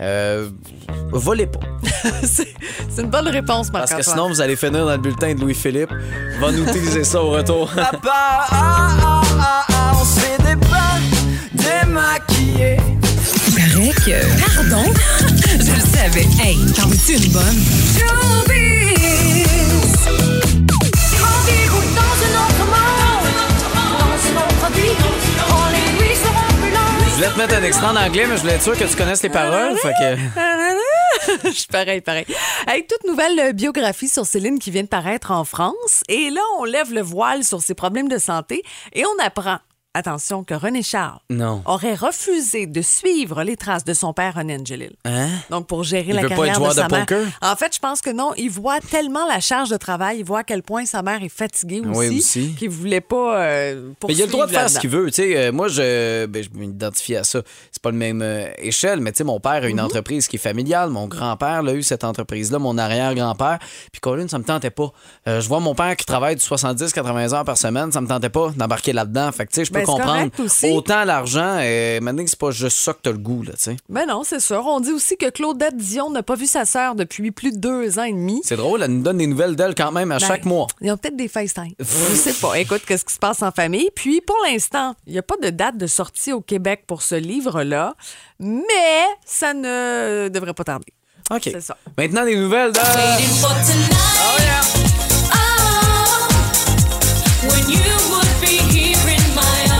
B: euh, volez pas.
C: c'est c'est une bonne réponse, marc
B: Parce que sinon, vous allez finir dans le bulletin de Louis-Philippe. Va nous utiliser ça au retour.
G: Papa, ah, ah, ah, ah, on s'est débat, démaquillé.
J: Pardon? Je le savais. Hey, t'en veux-tu une bonne?
D: Grandir ou dans un autre monde, dans un autre vie, quand les nuits seront plus
B: Je
D: longues.
B: voulais te mettre un extrait en anglais, mais je voulais être sûr que tu connaisses les paroles. Fait que...
C: Je suis pareil, pareil. Avec toute nouvelle euh, biographie sur Céline qui vient de paraître en France. Et là, on lève le voile sur ses problèmes de santé et on apprend, attention, que René Charles
B: Non.
C: aurait refusé de suivre les traces de son père, René Angelil.
B: Hein?
C: Donc, pour gérer
B: Il
C: la
B: veut pas être
C: carrière
B: joueur
C: de sa
B: de
C: mère.
B: poker?
C: En fait, je pense que non. Il voit tellement la charge de travail, il voit à quel point sa mère est fatiguée aussi,
B: Oui, aussi.
C: qu'il voulait pas euh,
B: Mais il a le droit de faire
C: poursuivre
B: ce qu'il veut. tu sais, euh, moi, je, ben, je m'identifie à ça. C'est pas le même euh, échelle, mais tu sais, mon père a
C: Mhm.
B: une entreprise qui est familiale. Mon grand-père l'a eu, cette entreprise-là, mon arrière-grand-père. Puis Colin, ça me tentait pas. Euh, je vois mon père qui travaille de 70-80 heures par semaine. Ça me tentait pas d'embarquer là-dedans. Fait que, tu sais, je peux
C: Ben, c'est
B: comprendre.
C: correct aussi.
B: Autant l'argent, euh, maintenant que c'est pas juste ça que t'as le goût, là, tu sais.
C: Ben non, c'est sûr. On dit aussi que Claudette Dion n'a pas vu sa sœur depuis plus de deux ans et demi.
B: C'est drôle, elle nous donne des nouvelles d'elle quand même à
C: Ben,
B: chaque mois.
C: Ils ont peut-être des FaceTime. Je sais pas. Écoute, qu'est-ce qui se passe en famille. Puis, pour l'instant, il n'y a pas de date de sortie au Québec pour ce livre-là, mais ça ne devrait pas tarder.
B: OK.
C: C'est ça.
B: Maintenant, des nouvelles de.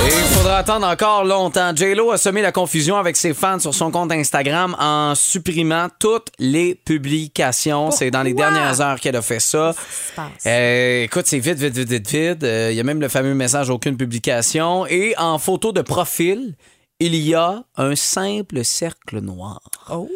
B: Et il faudra attendre encore longtemps. J-Lo a semé la confusion avec ses fans sur son compte Instagram en supprimant toutes les publications. C'est dans les
C: Pourquoi?
B: dernières heures qu'elle a fait ça.
C: se passe?
B: Euh, écoute, c'est vite, vite, vite, vite, vite. Euh, Il y a même le fameux message aucune publication. Et en photo de profil, il y a un simple cercle noir.
C: Oh.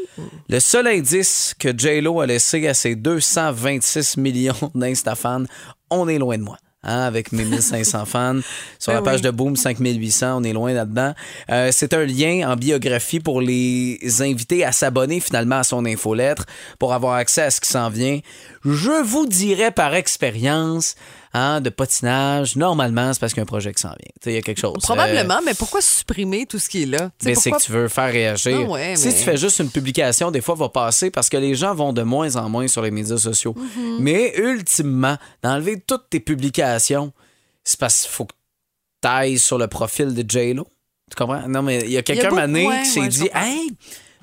B: Le seul indice que J-Lo a laissé à ses 226 millions d'Instafans, on est loin de moi. hein, avec mes 1500 fans. Sur la
C: Ben
B: page
C: oui.
B: de Boom, 5800, on est loin là-dedans. Euh, c'est un lien en biographie pour les invités à s'abonner finalement à son infolettre pour avoir accès à ce qui s'en vient. Je vous dirais par expérience hein, de patinage, normalement, c'est parce qu'un projet qui s'en vient. Tu sais, Il y a quelque chose. Euh,
C: Probablement, mais pourquoi supprimer tout ce qui est là? Tu sais,
B: mais Ben, c'est que
C: pourquoi-
B: tu veux faire réagir.
C: Ah ouais,
B: si
C: mais-
B: tu fais juste une publication, des fois, va passer parce que les gens vont de moins en moins sur les médias sociaux.
C: Mhm.
B: Mais ultimement, d'enlever toutes tes publications, c'est parce qu'il faut que tu ailles sur le profil de J-Lo. Tu comprends? Non, mais il y a quelqu'un
C: beaucoup-
B: mané
C: ouais,
B: qui s'est
C: ouais, je
B: dit
C: comprends.
B: Hey,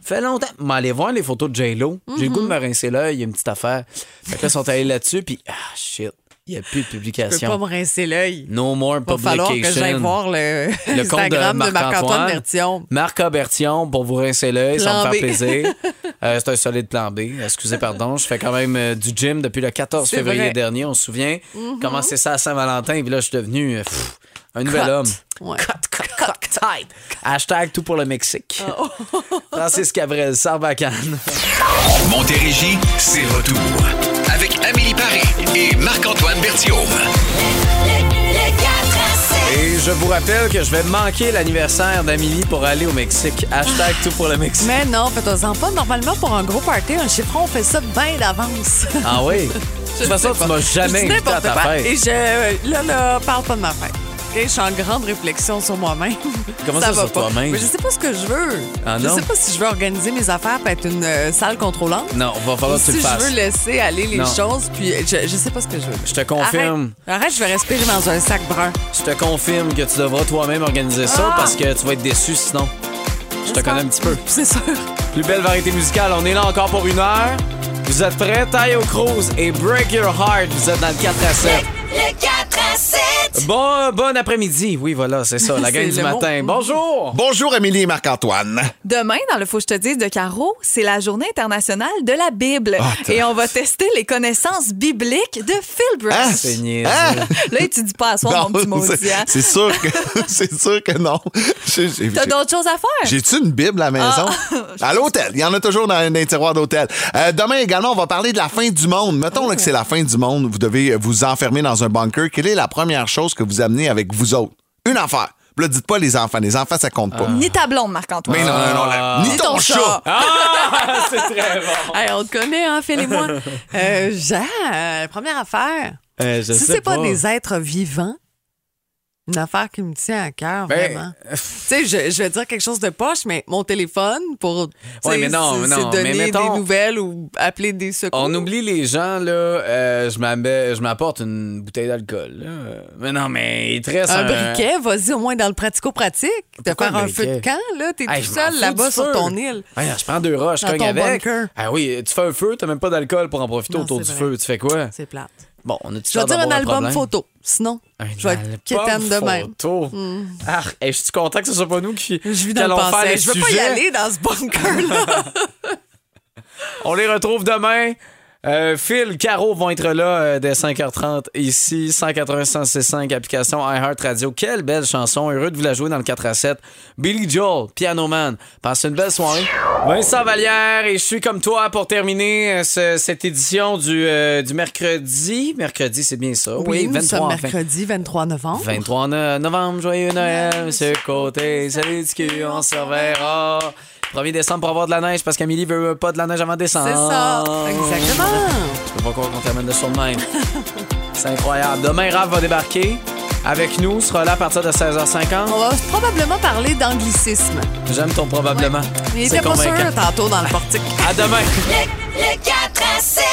B: Fait longtemps. Mais allez voir les photos de J-Lo. J'ai le goût de
C: Mhm.
B: me rincer l'œil, il y a une petite affaire. Fait que là, ils sont allés là-dessus, puis ah, shit, il n'y a plus de
C: Je peux
B: publication.
C: pas me rincer l'œil.
B: No more
C: Va falloir que
B: Mm, publication.
C: j'aille voir le, Instagram de Marc-Antoine Bertillon.
B: Marc Bertillon pour vous rincer l'œil, ça
C: Plan
B: me fait
C: B.
B: plaisir. Euh, c'est un solide plan B. Excusez, pardon. Je fais quand même euh, du gym depuis le 14
C: C'est
B: février
C: vrai. Mm-hmm.
B: dernier, on se souvient. Commencé ça à Saint-Valentin, puis là, je suis devenu euh, pff, un nouvel
C: Cut.
B: homme.
C: Ouais.
B: Hashtag tout pour le Mexique.
C: Oh.
B: Francis Cabrel, Sarbacane.
A: Montérégie, c'est retour. Avec Amélie Paris et Marc-Antoine Berthiaume.
B: Et je vous rappelle que je vais manquer l'anniversaire d'Amélie pour aller au Mexique. Hashtag tout pour le Mexique.
C: Mais non, faites-en pas. Normalement, pour un gros party, un chiffron, on fait ça bien d'avance.
B: Ah oui? De toute façon, tu m'as
C: Je
B: jamais
C: dis
B: invité à
C: n'importe
B: ta
C: quoi.
B: fête.
C: Et je, euh, là, là, parle pas de ma fête. OK? Je suis en grande réflexion sur moi-même.
B: Comment ça,
C: va
B: sur
C: pas.
B: toi-même?
C: Mais Je sais pas ce que je veux.
B: Ah
C: je
B: non?
C: sais pas si je veux organiser mes affaires pour être une euh, salle contrôlante.
B: Non, va falloir
C: Ou
B: que tu
C: si
B: le
C: je
B: fasses.
C: veux laisser aller les
B: Non.
C: choses, puis euh, je, je sais pas ce que je veux.
B: Je te confirme.
C: Arrête, Arrête, je vais respirer dans un sac brun.
B: Je te confirme que tu devras toi-même organiser ça
C: Ah!
B: parce que tu vas être déçu sinon. Je te connais un petit peu.
C: C'est sûr.
B: Plus belle variété musicale, on est là encore pour une heure. Vous êtes prêts? Taille au Cruz et Break Your Heart, vous êtes dans le 4 à 7.
D: Le 4 à 7.
B: Bon, euh, bon après-midi. Oui, voilà, c'est ça, la gang
C: C'est
B: du
C: le mot.
B: matin. Bonjour!
K: Bonjour Amélie et Marc-Antoine.
L: Demain, dans le Faut que je te dise de Caro, c'est la journée internationale de la Bible.
K: Ah, t'as-
L: et on va tester les connaissances bibliques de Phil Bruce.
K: Ah, c'est niaiseux.
C: Hein?
K: Ah!
L: Là, tu dis pas à soi, mon petit
K: Non,
L: maudit.
K: c'est-
L: hein.
K: C'est sûr que c'est sûr que non. J'ai- j'ai-
L: T'as d'autres choses à faire?
K: J'ai-tu une Bible à la maison?
C: Ah,
K: À l'hôtel. Il y en a toujours dans, dans les tiroirs d'hôtel. Euh, demain également, on va parler de la fin du monde. Mettons là, que c'est la fin du monde. Vous devez vous enfermer dans un bunker. Quelle est la première chose que vous amenez avec vous autres? Une affaire. Puis Là, dites pas les enfants. Les enfants, ça compte pas.
L: Ni ta blonde, Marc-Antoine.
K: Mais non, non, non, là, ni ton, chat.
B: Ah, c'est très bon.
C: Hey, on te connaît, hein, Phil et moi. Euh, Jean, euh, première affaire.
B: Euh, je
C: si
B: sais
C: c'est pas,
B: pas.
J: Oh.
C: des êtres vivants, une affaire qui me tient à cœur,
B: Ben,
C: vraiment. tu sais, je, je vais dire quelque chose de poche, mais mon téléphone pour tu sais,
B: Ouais, mais non,
C: c'est-
B: mais
C: c'est
B: non,
C: donner
B: mais mettons-
C: des nouvelles ou appeler des secours.
B: On oublie les gens, là. euh, je m'amè- je m'apporte une bouteille d'alcool. là. Euh, Mais non, mais il te reste
C: un briquet, vas-y au moins dans le pratico-pratique. De
B: Pourquoi
C: faire un
B: le
C: feu de
B: briquet?
C: camp, là, t'es
B: Hey, je
C: tout
B: m'en
C: seul
B: fous
C: là-bas
B: du
C: sur
B: feu.
C: ton île.
B: Ouais, je prends deux roches, je
C: Dans
B: cogne
C: ton
B: avec.
C: bunker.
B: Ah oui, tu fais un feu, t'as même pas d'alcool pour en profiter
C: Non,
B: autour du
C: c'est vrai.
B: feu. Tu fais quoi?
C: C'est plate.
B: Bon, on a-tu
C: Je
B: l'air
C: vais dire un
B: d'avoir
C: album
B: problème?
C: photo. Sinon,
B: Un
C: je vais être
B: album
C: quétaine de même.
B: photo.
C: Mm.
B: Ah, hey, je suis content que ce soit pas nous qui,
C: Je vis
B: qui
C: dans le
B: allons faire
C: passé.
B: les
C: Je veux pas y
B: sujets.
C: aller dans ce bunker-là.
B: On les retrouve demain. Euh, Phil, Caro vont être là euh, dès 5h30 ici, 180-165, application iHeart Radio. Quelle belle chanson, heureux de vous la jouer dans le 4 à 7. Billy Joel, Piano Man, passez une belle soirée. Vincent Vallière, et je suis comme toi pour terminer euh, ce- cette édition du, euh, du mercredi. Mercredi, c'est bien ça, oui,
C: nous
B: 23
C: sommes
B: enfin.
C: mercredi 23 novembre.
B: 23 no- novembre, joyeux Noël, ce côté, salut TQ, on se reverra. 1er décembre pour avoir de la neige parce qu'Amélie veut euh, pas de la neige avant décembre.
C: C'est ça, exactement.
B: Je peux pas croire qu'on termine de sur le même. C'est incroyable. Demain, Raph va débarquer avec nous, sera là à partir de 16h50.
C: On va probablement parler d'anglicisme.
B: J'aime ton probablement.
C: Il
B: C'est
C: était pas
B: convaincant.
C: sûr tantôt dans le portique.
B: À demain.
D: Le 4 à 7.